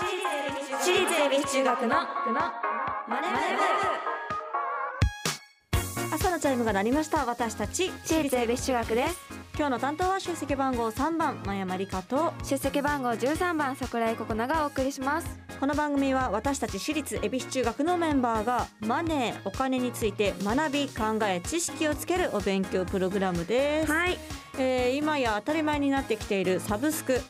私立恵比寿中学のマネブ朝のチャイムが鳴りました私たち私立恵比寿中学です今日の担当は出席番号3番真山理香と出席番号13番桜井ココナがお送りしますこの番組は私たち私立恵比寿中学のメンバーがマネーお金について学び考え知識をつけるお勉強プログラムです、はいえー今や当たり前になってきているサブスク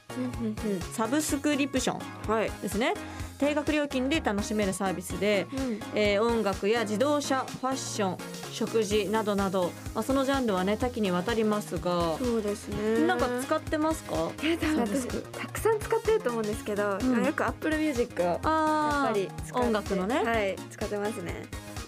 サブスクリプションはいですね定額料金で楽しめるサービスで、うんえー音楽や自動車ファッション食事などなど、まあ、そのジャンルはね多岐にわたりますがそうですねなんか使ってますかいや多分サブス私クたくさん使ってると思うんですけど、うんよくアップルミュージックをやっあぱり使って音楽のね、はい使ってますね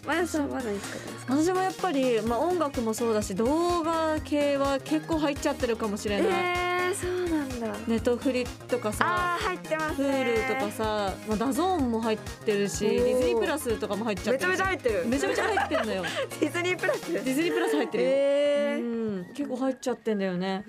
まやさんは何使ってますか私もやっぱり、まあ、音楽もそうだし動画系は結構入っちゃってるかもしれない、えー、そうなんだネットフリとかさあー入ってますね Hulu とかさ、まあ、ダゾーンも入ってるしおーディズニープラスとかも入っちゃっめてちゃるしめちゃ入ってるめちゃめちゃ入ってるのよディズニープラスディズニープラス入ってるよ、えーうん、結構入っちゃってんだよね。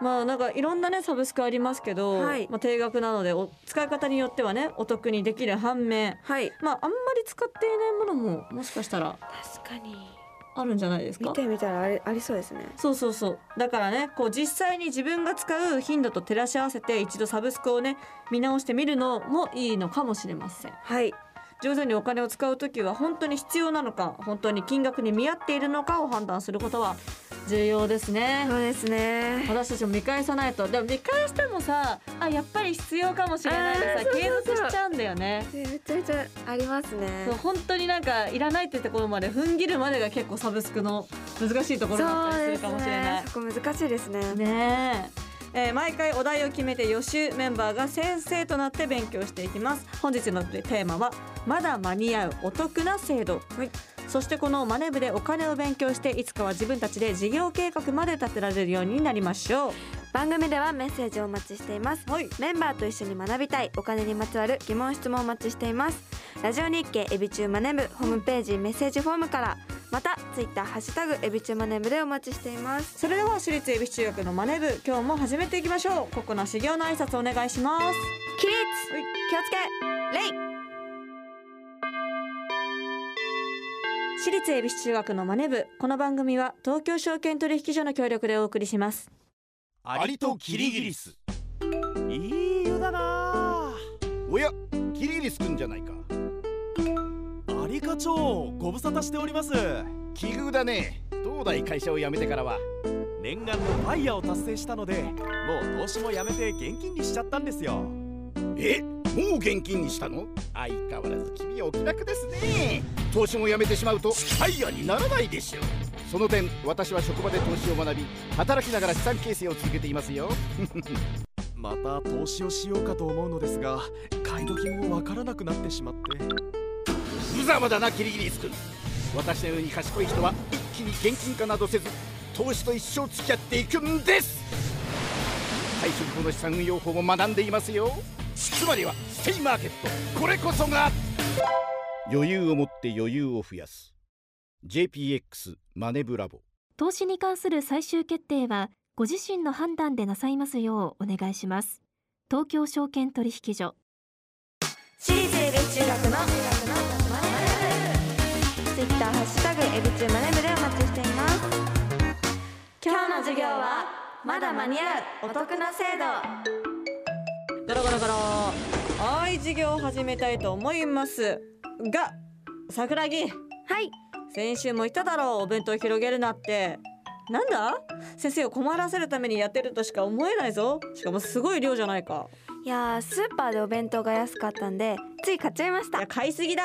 まあなんかいろんなねサブスクありますけど、はいまあ定額なのでお使い方によってはねお得にできる反面、はいまああんまり使っていないものももしかしたら確かにあるんじゃないです見か。てみたらありありそうですねそうそうそうだからねこう実際に自分が使う頻度と照らし合わせて一度サブスクをね見直してみるのもいいのかもしれませんはい上手にお金を使うときは本当に必要なのか本当に金額に見合っているのかを判断することは重要ですねそうですね私たちも見返さないとでも見返してもさあやっぱり必要かもしれないであーさそう継そうそう続しちゃうんだよねめちゃめちゃありますねそう本当になんかいらないってところまで踏ん切るまでが結構サブスクの難しいところだったりするかもしれないそうですねそこ難しいですねねええー毎回お題を決めて予習メンバーが先生となって勉強していきます本日のテーマはまだ間に合うお得な制度、そしてこのマネ部でお金を勉強していつかは自分たちで事業計画まで立てられるようになりましょ番組ではメッセージをお待ちしていますうはいメンバーと一緒に学びたいお金にまつわる疑問質問をお待ちしていますラジオ日経エビチューマネブホームページメッセージフォームからまたツイッターハッシュタグエビチューマネブでお待ちしていますそれでは私立恵比寿中学のマネ部今日も始めていきましょうここな修行の挨拶お願いします起立はい気をつけレイ私立恵比寿中学のマネ部この番組は東京証券取引所の協力でお送りしますアリとキリギリスいい湯だなおやキリギリスくんじゃないかアリ課長ご無沙汰しております奇遇だね東大会社を辞めてからは念願のファイヤーを達成したのでもう投資もやめて現金にしちゃったんですよえもう現金にしたの相変わらず君はお気楽ですね投資も辞めてしまうとファイヤーにならないでしょうその点私は職場で投資を学び働きながら資産形成を続けていますよまた投資をしようかと思うのですが買い時もわからなくなってしまって無様だなキリギリスくん私のように賢い人は一気に現金化などせず投資と一生付き合っていくんです最初にこの資産運用法も学んでいますよつまりはステイマーケットこれこそが余裕を持って余裕を増やす JPX マネブラボ投資に関する最終決定はご自身の判断でなさいますようお願いします東京証券取引所私立恵比寿中学のツイッターハッシュタグエビチューマネブでお待ちしています今日の授業はまだ間に合うお得な制度ガラガラガラはい授業を始めたいと思いますが桜木はい先週も言っただろうお弁当を広げるなってなんだ先生を困らせるためにやってるとしか思えないぞしかもすごい量じゃないかいやースーパーでお弁当が安かったんでつい買っちゃいましいたや買いすぎだ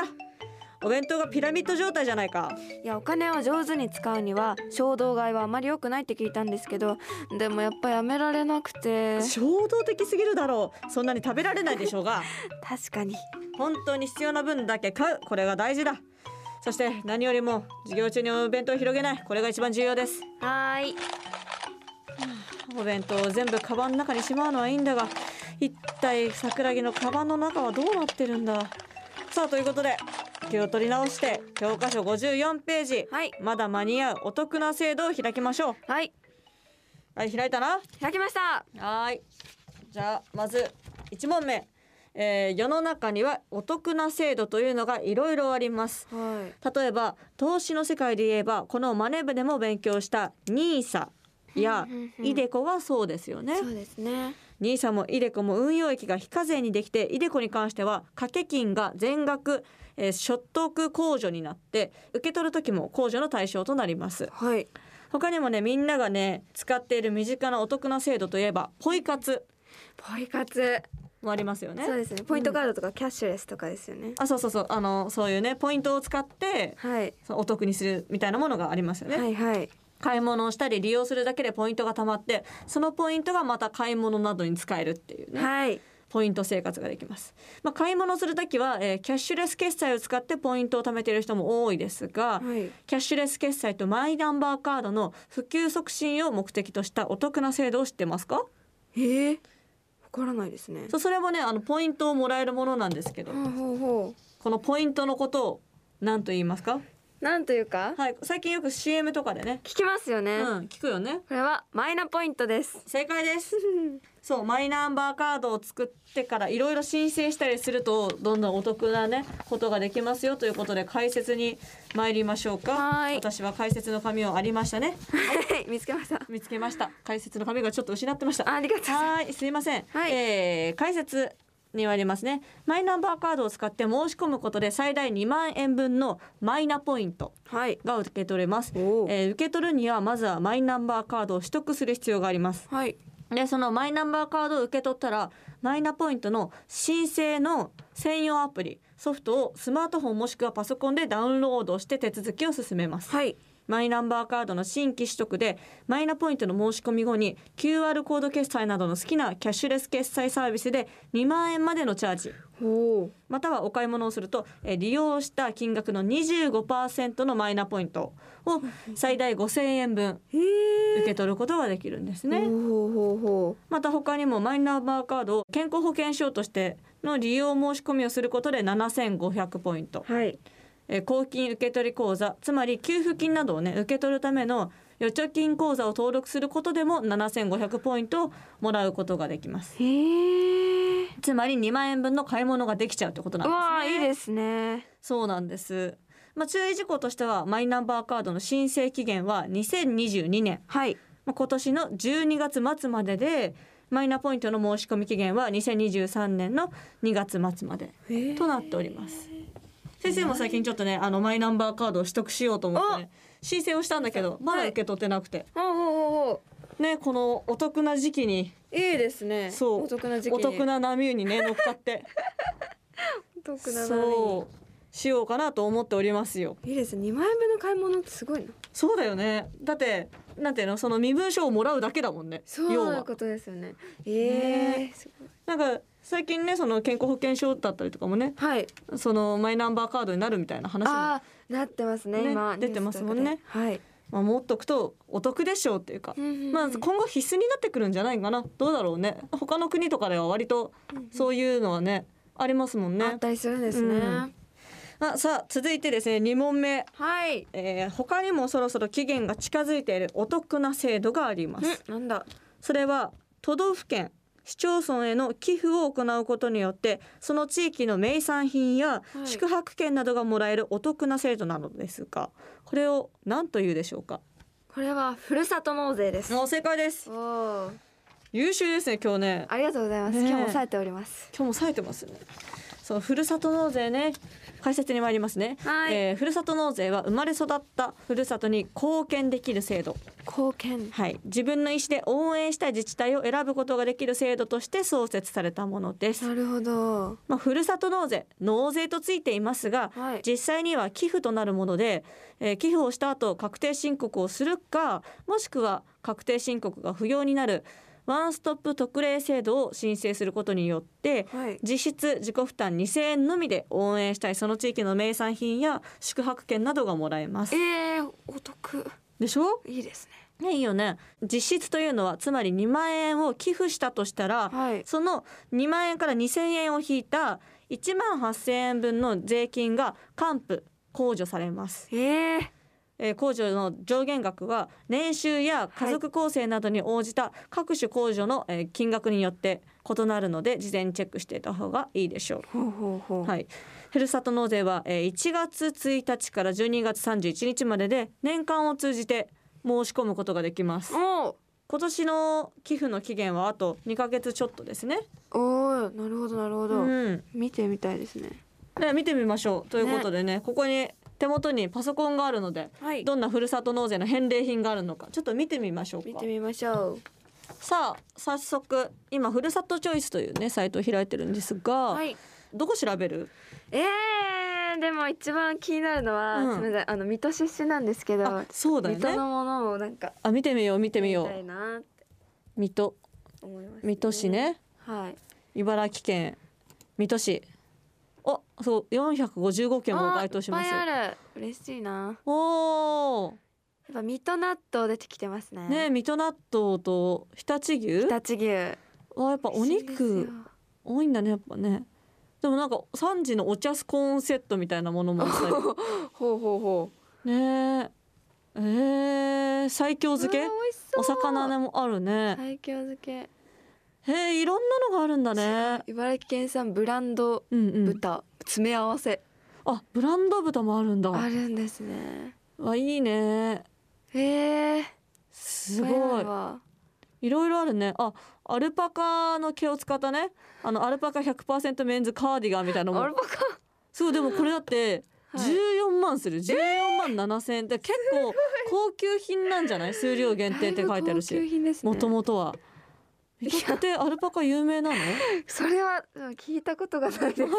お弁当がピラミッド状態じゃないかいやお金を上手に使うには衝動買いはあまり良くないって聞いたんですけどでもやっぱやめられなくて衝動的すぎるだろうそんなに食べられないでしょうが 確かに本当に必要な分だけ買うこれが大事だそして何よりも授業中にお弁当を広げないこれが一番重要ですはーいお弁当を全部カバンの中にしまうのはいいんだが一体桜木のカバンの中はどうなってるんださあということで気を取り直して教科書54ページ、はいまだ間に合うお得な制度を開きましょうはいはい開いたな開きましたはーい。じゃあまず一問目。えー世の中にはお得な制度というのがいろいろありますはい例えば投資の世界で言えばこのマネ部でも勉強した NISA やうんうんうん iDeCo はそうですよねそうですね NISA も iDeCo も運用益が非課税にできて iDeCo に関しては掛け金が全額、えー所得控除になって受け取る時も控除の対象となりますはい他にもねみんながね使っている身近なお得な制度といえばポイ活ポイ活もありますよねそうですねポイントカードとかキャッシュレスとかですよね、あそうそうそうあのそういうねポイントを使ってはいそのお得にするみたいなものがありますよね、はいはい買い物をしたり利用するだけでポイントが貯まってそのポイントがまた買い物などに使えるっていうね、はいポイント生活ができます、まあ、買い物をするときは、えーキャッシュレス決済を使ってポイントを貯めている人も多いですが、はいキャッシュレス決済とマイナンバーカードの普及促進を目的としたお得な制度を知ってますかえー、わからないですねそうそれもねあのポイントをもらえるものなんですけどほうほうほこのポイントのことを何と言いますかうなんというかはい最近よく CM とかでね聞きますようね、ん聞くよねこれはマイナポイント です正解ですそうマイナンバーカードを作ってからいろいろ申請したりするとどんどんお得なねことができますよということで解説に参りましょうかはーい私は解説の紙をありましたねはい見つけました見つけました解説の紙がちょっと失ってましたありがとうございますはーい、すいません。はいえー解説に参りますね。マイナンバーカードを使って申し込むことで最大2万円分のマイナポイントはいが受け取れます。えおおー受け取るにはまずはマイナンバーカードを取得する必要があります。はいで、そのマイナンバーカードを受け取ったらマイナポイントの申請の専用アプリソフトをスマートフォンもしくはパソコンでダウンロードして手続きを進めます。はいマイナンバーカードの新規取得でマイナポイントの申し込み後に QR コード決済などの好きなキャッシュレス決済サービスで2万円までのチャージほまたはお買い物をするとえー利用した金額の25%のマイナポイントを最大5000円分うへえ受け取ることができるんですね。ほうほうほまた他にもマイナンバーカードを健康保険証としての利用申し込みをすることで7500ポイントうはいえー公金受取口座つまり給付金などをね受け取るための預貯金口座を登録することでも7500ポイントをもらうことができますへえつまり2万円分の買い物ができちゃうってことなんうですわあいいですねそうなんですまあ注意事項としてはマイナンバーカードの申請期限は2022年はいまあ今年の12月末まででマイナポイントの申し込み期限は2023年の2月末までへえとなっております。先生も最近ちょっとねあのマイナンバーカードを取得しようと思って、ね、申請をしたんだけどまだ受け取ってなくて、ほうほうほうほねこのお得な時期にういいですねそうお得な時期にお得な波に ね乗っかってお得な波そうしようかなと思っておりますよ。にいいですね2万円分の買い物ってすごいなそうだよねだってなんていうのその身分証をもらうだけだもんねそう要いうは。ことですよねええすごいなんか最近ねその健康保険証だったりとかもねはいそのマイナンバーカードになるみたいな話もああなってますねね今出てますもんねニュースとかではいまあ、持っとくとお得でしょうっていうか、まあ、今後必須になってくるんじゃないかなどうだろうね他の国とかでは割とそういうのはねありますもんあっね。たりするんですね、うんあさあ続いてですね2問目、はいえー他にもそろそろ期限が近づいているお得な制度があります。んなんだそれは都道府県市町村への寄付を行うことによってその地域の名産品やはい宿泊券などがもらえるお得な制度なのですがこれを何というでしょうかこれはふるさと納税ですお正解ですおお優秀ですね今日ねありがとうございます、ねえ今日も冴えております今日も冴えてますねそうふるさと納税ね解説に参りますね、はいえーふるさと納税は生まれ育ったふるさとに貢献できる制度貢献はい自分の意思で応援したい自治体を選ぶことができる制度として創設されたものですなるほどまあ、ふるさと納税納税とついていますが、はい実際には寄付となるもので、えー寄付をした後確定申告をするかもしくは確定申告が不要になるワンストップ特例制度を申請することによって、はい実質自己負担2,000円のみで応援したいその地域の名産品や宿泊券などがもらえます。えー、お得でしょ、いいですねね、いいよね実質というのはつまり2万円を寄付したとしたら、はいその2万円から2,000円を引いた1万8,000円分の税金が還付控除されます、えー、えー控除の上限額は年収や家族構成などに応じた各種控除の、えー金額によって異なるので事前にチェックしていた方がいいでしょう。ほうほうほう。はい、ふるさと納税はえー1月1日から12月31日までで年間を通じて申し込むことができますおお。今年の寄付の期限はあと2ヶ月ちょっとですねおお、なるほどなるほうど。ん、見てみたいですね。ね、見てみましょうということでねここに手元にパソコンがあるのではいどんなふるさと納税の返礼品があるのかちょっと見てみましょう見かてみましょう。さあ早速今ふるさとチョイスというねサイトを開いてるんですが、はい。どこ調べるえー、でも一番気になるのは、うんすみませんあの水戸出身なんですけど、あそうだよ水戸ねのものをなんかあ見てみよう見てみよみたいうなって水戸思います、水戸市ねはい茨城県水戸市あそう455件も該当しますあーいっぱいある嬉しいなおおやっぱ水戸納豆出てきてますねねえ水戸納豆と常陸牛常陸牛はやっぱお美味しいですよ肉多いんだねやっぱねでもなんか3時のお茶スコーンセットみたいなものもあったりほうほうほう ねええー、最強漬うけわー美味しそうお魚ねもあるね最強漬けへえいろんなのがあるんだね茨城県産ブランドうんうん豚、詰め合わせあブランド豚もあるんだあるんですねわいいねへえー、すこれごないらいろいろあるね。あ、アルパカの毛を使ったね。あのアルパカ100%メンズカーディガンみたいなのアルも。パカそうでもこれだってはい14万する。14万7千円で結構高級品なんじゃない？数量限定って書いてあるだぶ高級し。品ですねもともとは。水戸ってアルパカ有名なの？でそれはうん聞いたことがない ですね私も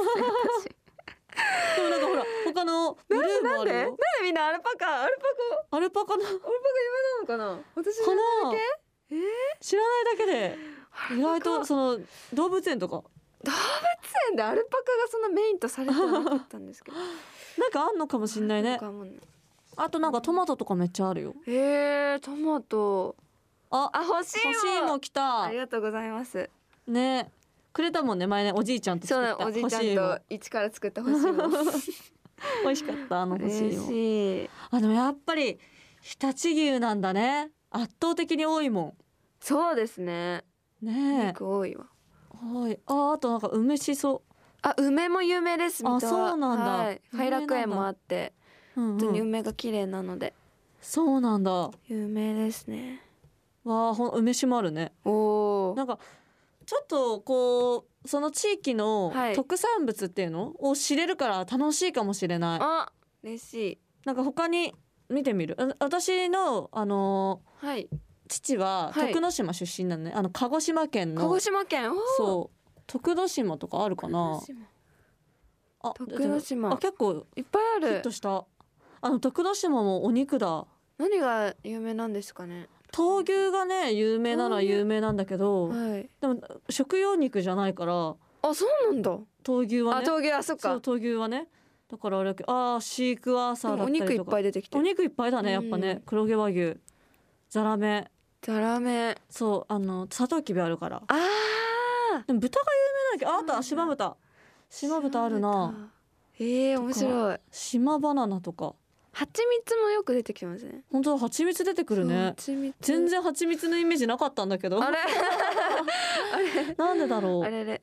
なんかほら他のブルーもあなるんでなんでよ。みんなアルパカアルパカアルパカのかアルパカ有名なのかな私なの。えー知らないだけで意外とその動物園とか園でアルパカがそんなメインとされてはなかったんで すけどなんかあんのかもしんないなねん。かもうあとなんかトマトとかめっちゃあるよ。えー、トマトああ欲しいも欲しいも来たありがとうございますねくれたもんね前ねおじいちゃんとそう作っだたおじいちゃ干しん芋と一から作った 欲しいも美味しかったあの欲しい嬉もしいあでもやっぱり常陸牛なんだね圧倒的に多いもそうですねんねえ肉多いわ多いああとなんか梅しそ、あ梅も有名ですあ水戸はそうなんだはい、偕楽園もあってうん本当にうん、梅が綺麗なのでそうなんだわ有名ですねあほん梅酒もあるねおーなんかちょっとこうその地域のはい特産物っていうのを知れるから楽しいかもしれない、あ嬉しいなんか他に見てみるあ私のあのーはい父ははい徳之島出身なのね、あの鹿児島県鹿の児島県おーそう徳之島とかあるかな徳之島あ徳之島あ結構いっぱいあヒッるトしたあの徳之島もお肉だ何が有名なんですかね闘牛がね有名なら闘牛有名なんだけどはいでも食用肉じゃないからあそうなんだ、闘牛はあね陶芸あそっそかう闘牛はねだからあれだけどあーシークワーでサーもだおったり肉いっとかぱい出てきておる肉いっぱいだねやっぱね、うん黒毛和牛ザラメザラメそうあのサトウキビあるからあーでも豚が有名なんだっけどああった島豚島豚あるな島豚えー、面白い島バナナとか蜂蜜もよく出てきますね本当だ蜂蜜出てくるねそう蜂蜜全然蜂蜜のイメージなかったんだけどあれ なんでだろあうれれ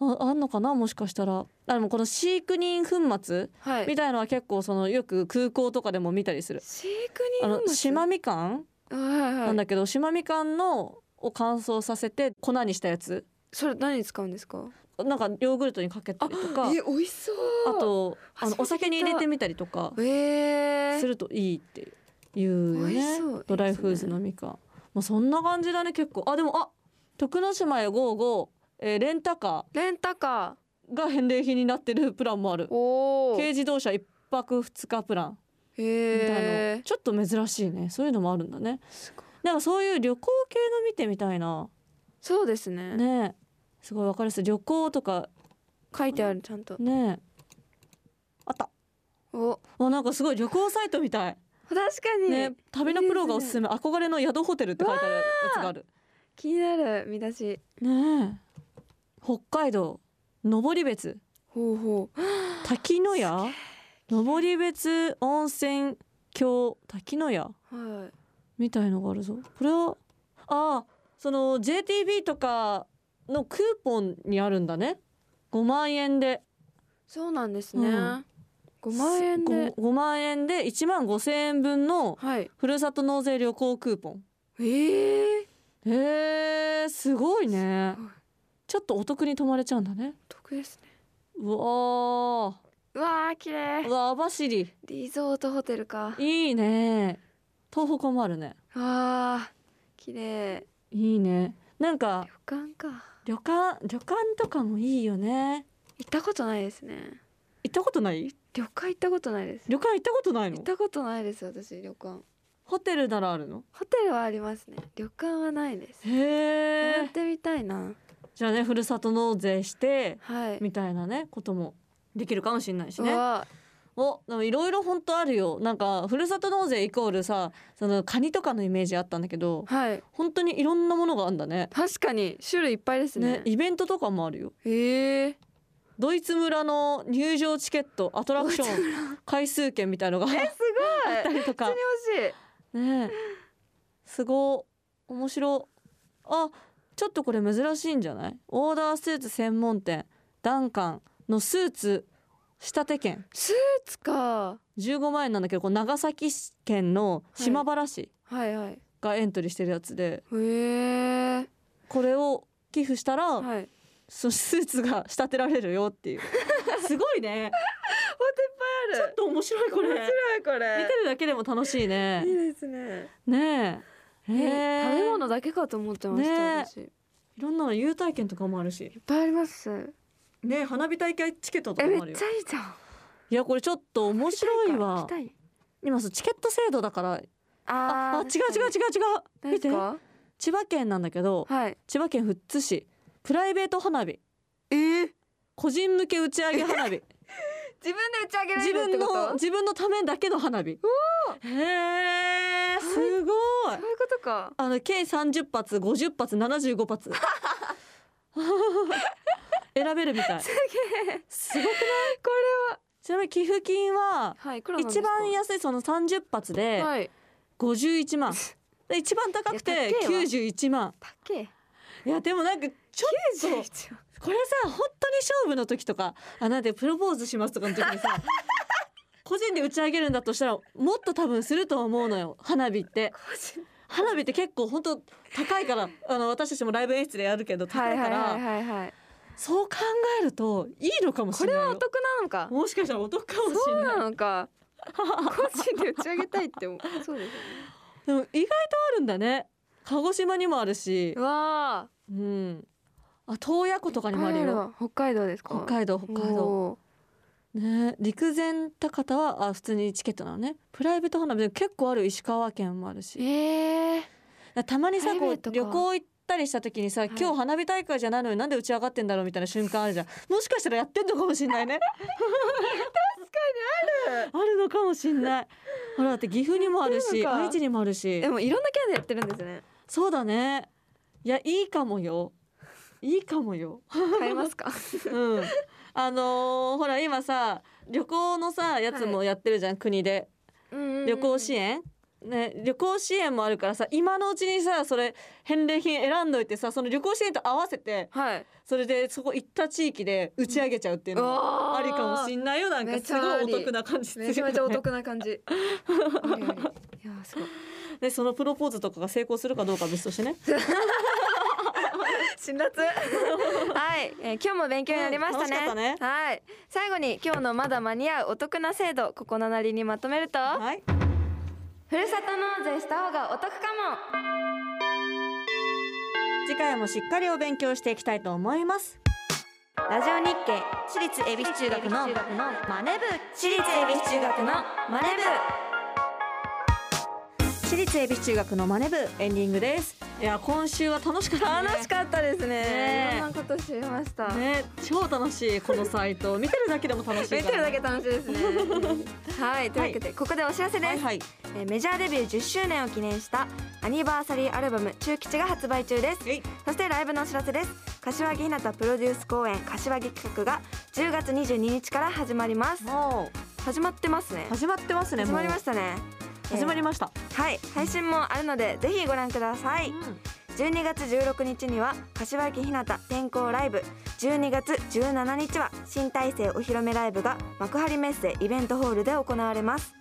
ああんのかなもしかしたらあでもこの飼育人粉末はみいたいのは結構そのよく空港とかでも見たりする飼育あ人の島みかんはいはいなんだけど島みかんのを乾燥させて粉にしたやつそれ何に使うんですかなんかヨーグルトにかけたりとかえ美味しそうあとあのお初めて酒に聞いた入れてみたりとかえー、するといいっていうよ美ね味しそうドライフーズのみかんもうそんな感じだね結構あでもあ徳之島や55、えーレンタカレンタカーが返礼品になってるプランもあるーお軽ー自動車一泊二日プランみたいな、へーちょっと珍しいねそういうのもあるんだねすごいなんかそういう旅行系の見てみたいなそうですねねえすごいわかりやすい旅行とか書いてあるちゃんとねえあったおあなんかすごい旅行サイトみたい確かに、ね旅のプロがおすすめ憧れの宿ホテルって書いてあるやつがある気になる見出しねえ北海道登別ほうほう滝の屋登別温泉郷滝の屋はいみたいのがあるぞこれはああその JTB とかのクーポンにあるんだね5万円でそうなんですね、うん5万円で 5, 万円で1万5千円分のはいふるさと納税旅行クーポンえー、えー、すごいねすごいちょっとお得に泊まれちゃうんだね得ですねうわーうわー綺う麗わ網走リゾートホテルかいいね東北もあるねあー綺麗いいねなんか旅館か旅館旅館とかもいいよね行ったことないですね行ったことない旅館行ったことないです旅館行ったことない行のったことないです私旅館ホテルならあるのホテルはありますね旅館はないですへやっえてみたいなじゃあねふるさと納税してはい、みたいなねこともできるかもしれないしうねわおでもいろいろ本当あるよなんかふるさと納税イコールさそのカニとかのイメージあったんだけどはい本当にいろんなものがあるんだね確かに種類いっぱいですねねイベントとかもあるよへえドイツ村の入場チケットアトラクション回数券みたいのがあっすごいたりとか本当に欲しい ねえすごい面白あちょっとこれ珍しいんじゃないオーダースーツ専門店ダンカンのスーツ仕立て券スーツか15万円なんだけどこう長崎県の島原市はいはいがエントリーしてるやつでへえこれを寄付したら、はいそスーツが仕立てられるよっていう すごいねあると面白いこれ 見て白いこれるだけでも楽しいねいいですねねえへえ食べ物だけかと思ってました、ね私いいろんなの優待券とかもあるしっぱいありますねえ花火大会チケットとえかめもあるっよちゃいいじゃんいやこれちょっと面白い行わきたい今そうチケット制度だからあああー違う違う違う違う見確てかに千葉県なんだけど何で千すかはい葉県富津市プライベート花火えー、個人向け打ち上げ花火自分で打ち上げら自れるって分ことのそ自分のためだけの花火へえすごいういうことかあの計30発50発75発 選べるみたいすげえすごくないこれはちなみに寄付金ははいいくらなんです一か番安いその30発ではい51万、で一番高くいやて高えわ91万高えいやでもなんかちょっと91万これさ本当に勝負の時とかあなんでプロポーズしますとかの時 にさ個人で打ち上げるんだとしたらもっと多分すると思うのよ花火って個人花火って結構本当高いからあの私たちもライブ演出でやるけどは高いいかはいら、はいはいはいそう考えるといいのかもしこれれないはよお得なのかもしかしたらお得かもしそうれないなのか個人で打ち上げたいって思う そうですよねでも意外とあるんだね鹿児島にもあるしうわうんあ洞爺湖とかあにもあるよ北海道ですか北海道北海道おね陸前高田はあ普通にチケットなのねプライベート花火でも結構ある石川県もあるーしえー、たまにさプライこベうートか旅行行ったりした時にさ、い今日花火大会じゃないのになんで打ち上がってんだろうみたいな瞬間ある じゃんもしかしたらやってんのかもしんないね確かにあるあるのかもしんないほらだって岐阜にもあるやってんしのか愛知にもあるしでもいろんな県でやってるんですねそうだねいやいいかもよいいかもよ買います かうん、あのーほら今さ旅行のさやつもやってるじゃん、国で旅旅行支援、ね、旅行支援もあるからさ今のうちにさそれ返礼品選んどいてさその旅行支援と合わせてはいそれでそこ行った地域で打ち上げちゃうっていうのもあありかもしんないよなんかめすちゃあごいりお得な感じするよめちゃめちゃ おね得な 感じありありいやーすごいでそのプロポーズとかが成功するかどうかは別としてね辛辣はい、えー、今日も勉強になりましたね,、うん楽しかったねはい最後に今日のまだ間に合うお得な制度ここななりにまとめると、はいふるさと納税した方がお得かも次回もしっかりお勉強していきたいと思いますラジオ日経私立恵比寿中学のマネ部私立恵比寿中学のマネ私立恵比寿中学のマネ部エンディングですいや今週は楽しかっ部たね楽しかったですねねいろんなこと知りました、ね超楽しいこのサイト見てるだけでも楽しい見てるだけけ楽しいですねはいというわけで、ここでお知らせです、はいはいえーメジャーデビュー10周年を記念したアニバーサリーアルバム「中吉」が発売中ですえいそしてライブのお知らせです柏木ひなたプロデュース公演柏木企画が10月22日から始まりますも始まってますねう始まってますね始まりまししたね始まりまました、はい配信もあるのでぜひご覧ください、うん中12月16日には柏木ひなた転校ライブ12月17日は新体制お披露目ライブが幕張メッセイベントホールで行われます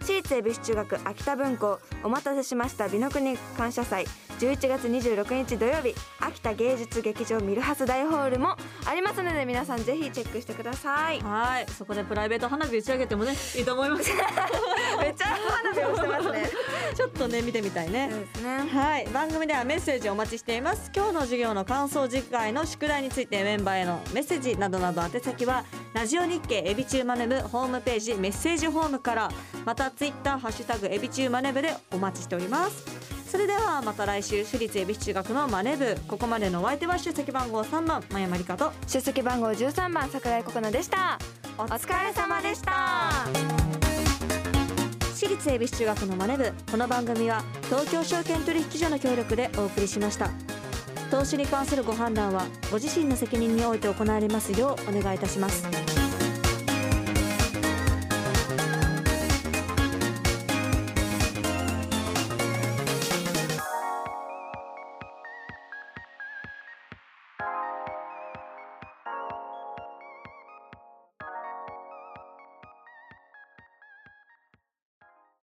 私立恵比寿中学秋田分校お待たせしました美の国感謝祭11月26日土曜日秋田芸術劇場ミルハス大ホールもありますので皆さんぜひチェックしてくださいはいそこでプライベート花火打ち上げてもねいいと思います めっちゃ花火をしてますねちょっとね見てみたいね、そうですねはい番組ではメッセージをお待ちしています今日の授業の感想次回の宿題についてメンバーへのメッセージなどなど宛先はラジオ日経エビチューマネブホームページメッセージフォームからまたツイッターハッシュタグエビチューマネブでお待ちしておりますそれではまた来週私立恵比寿中学のマネブここまでのお相手は出席番号3番真山理香と出席番号13番桜井心那でしたおお疲れ様でした私立恵比寿中学のマネ部この番組は東京証券取引所の協力でお送りしました投資に関するご判断はご自身の責任において行われますようお願いいたします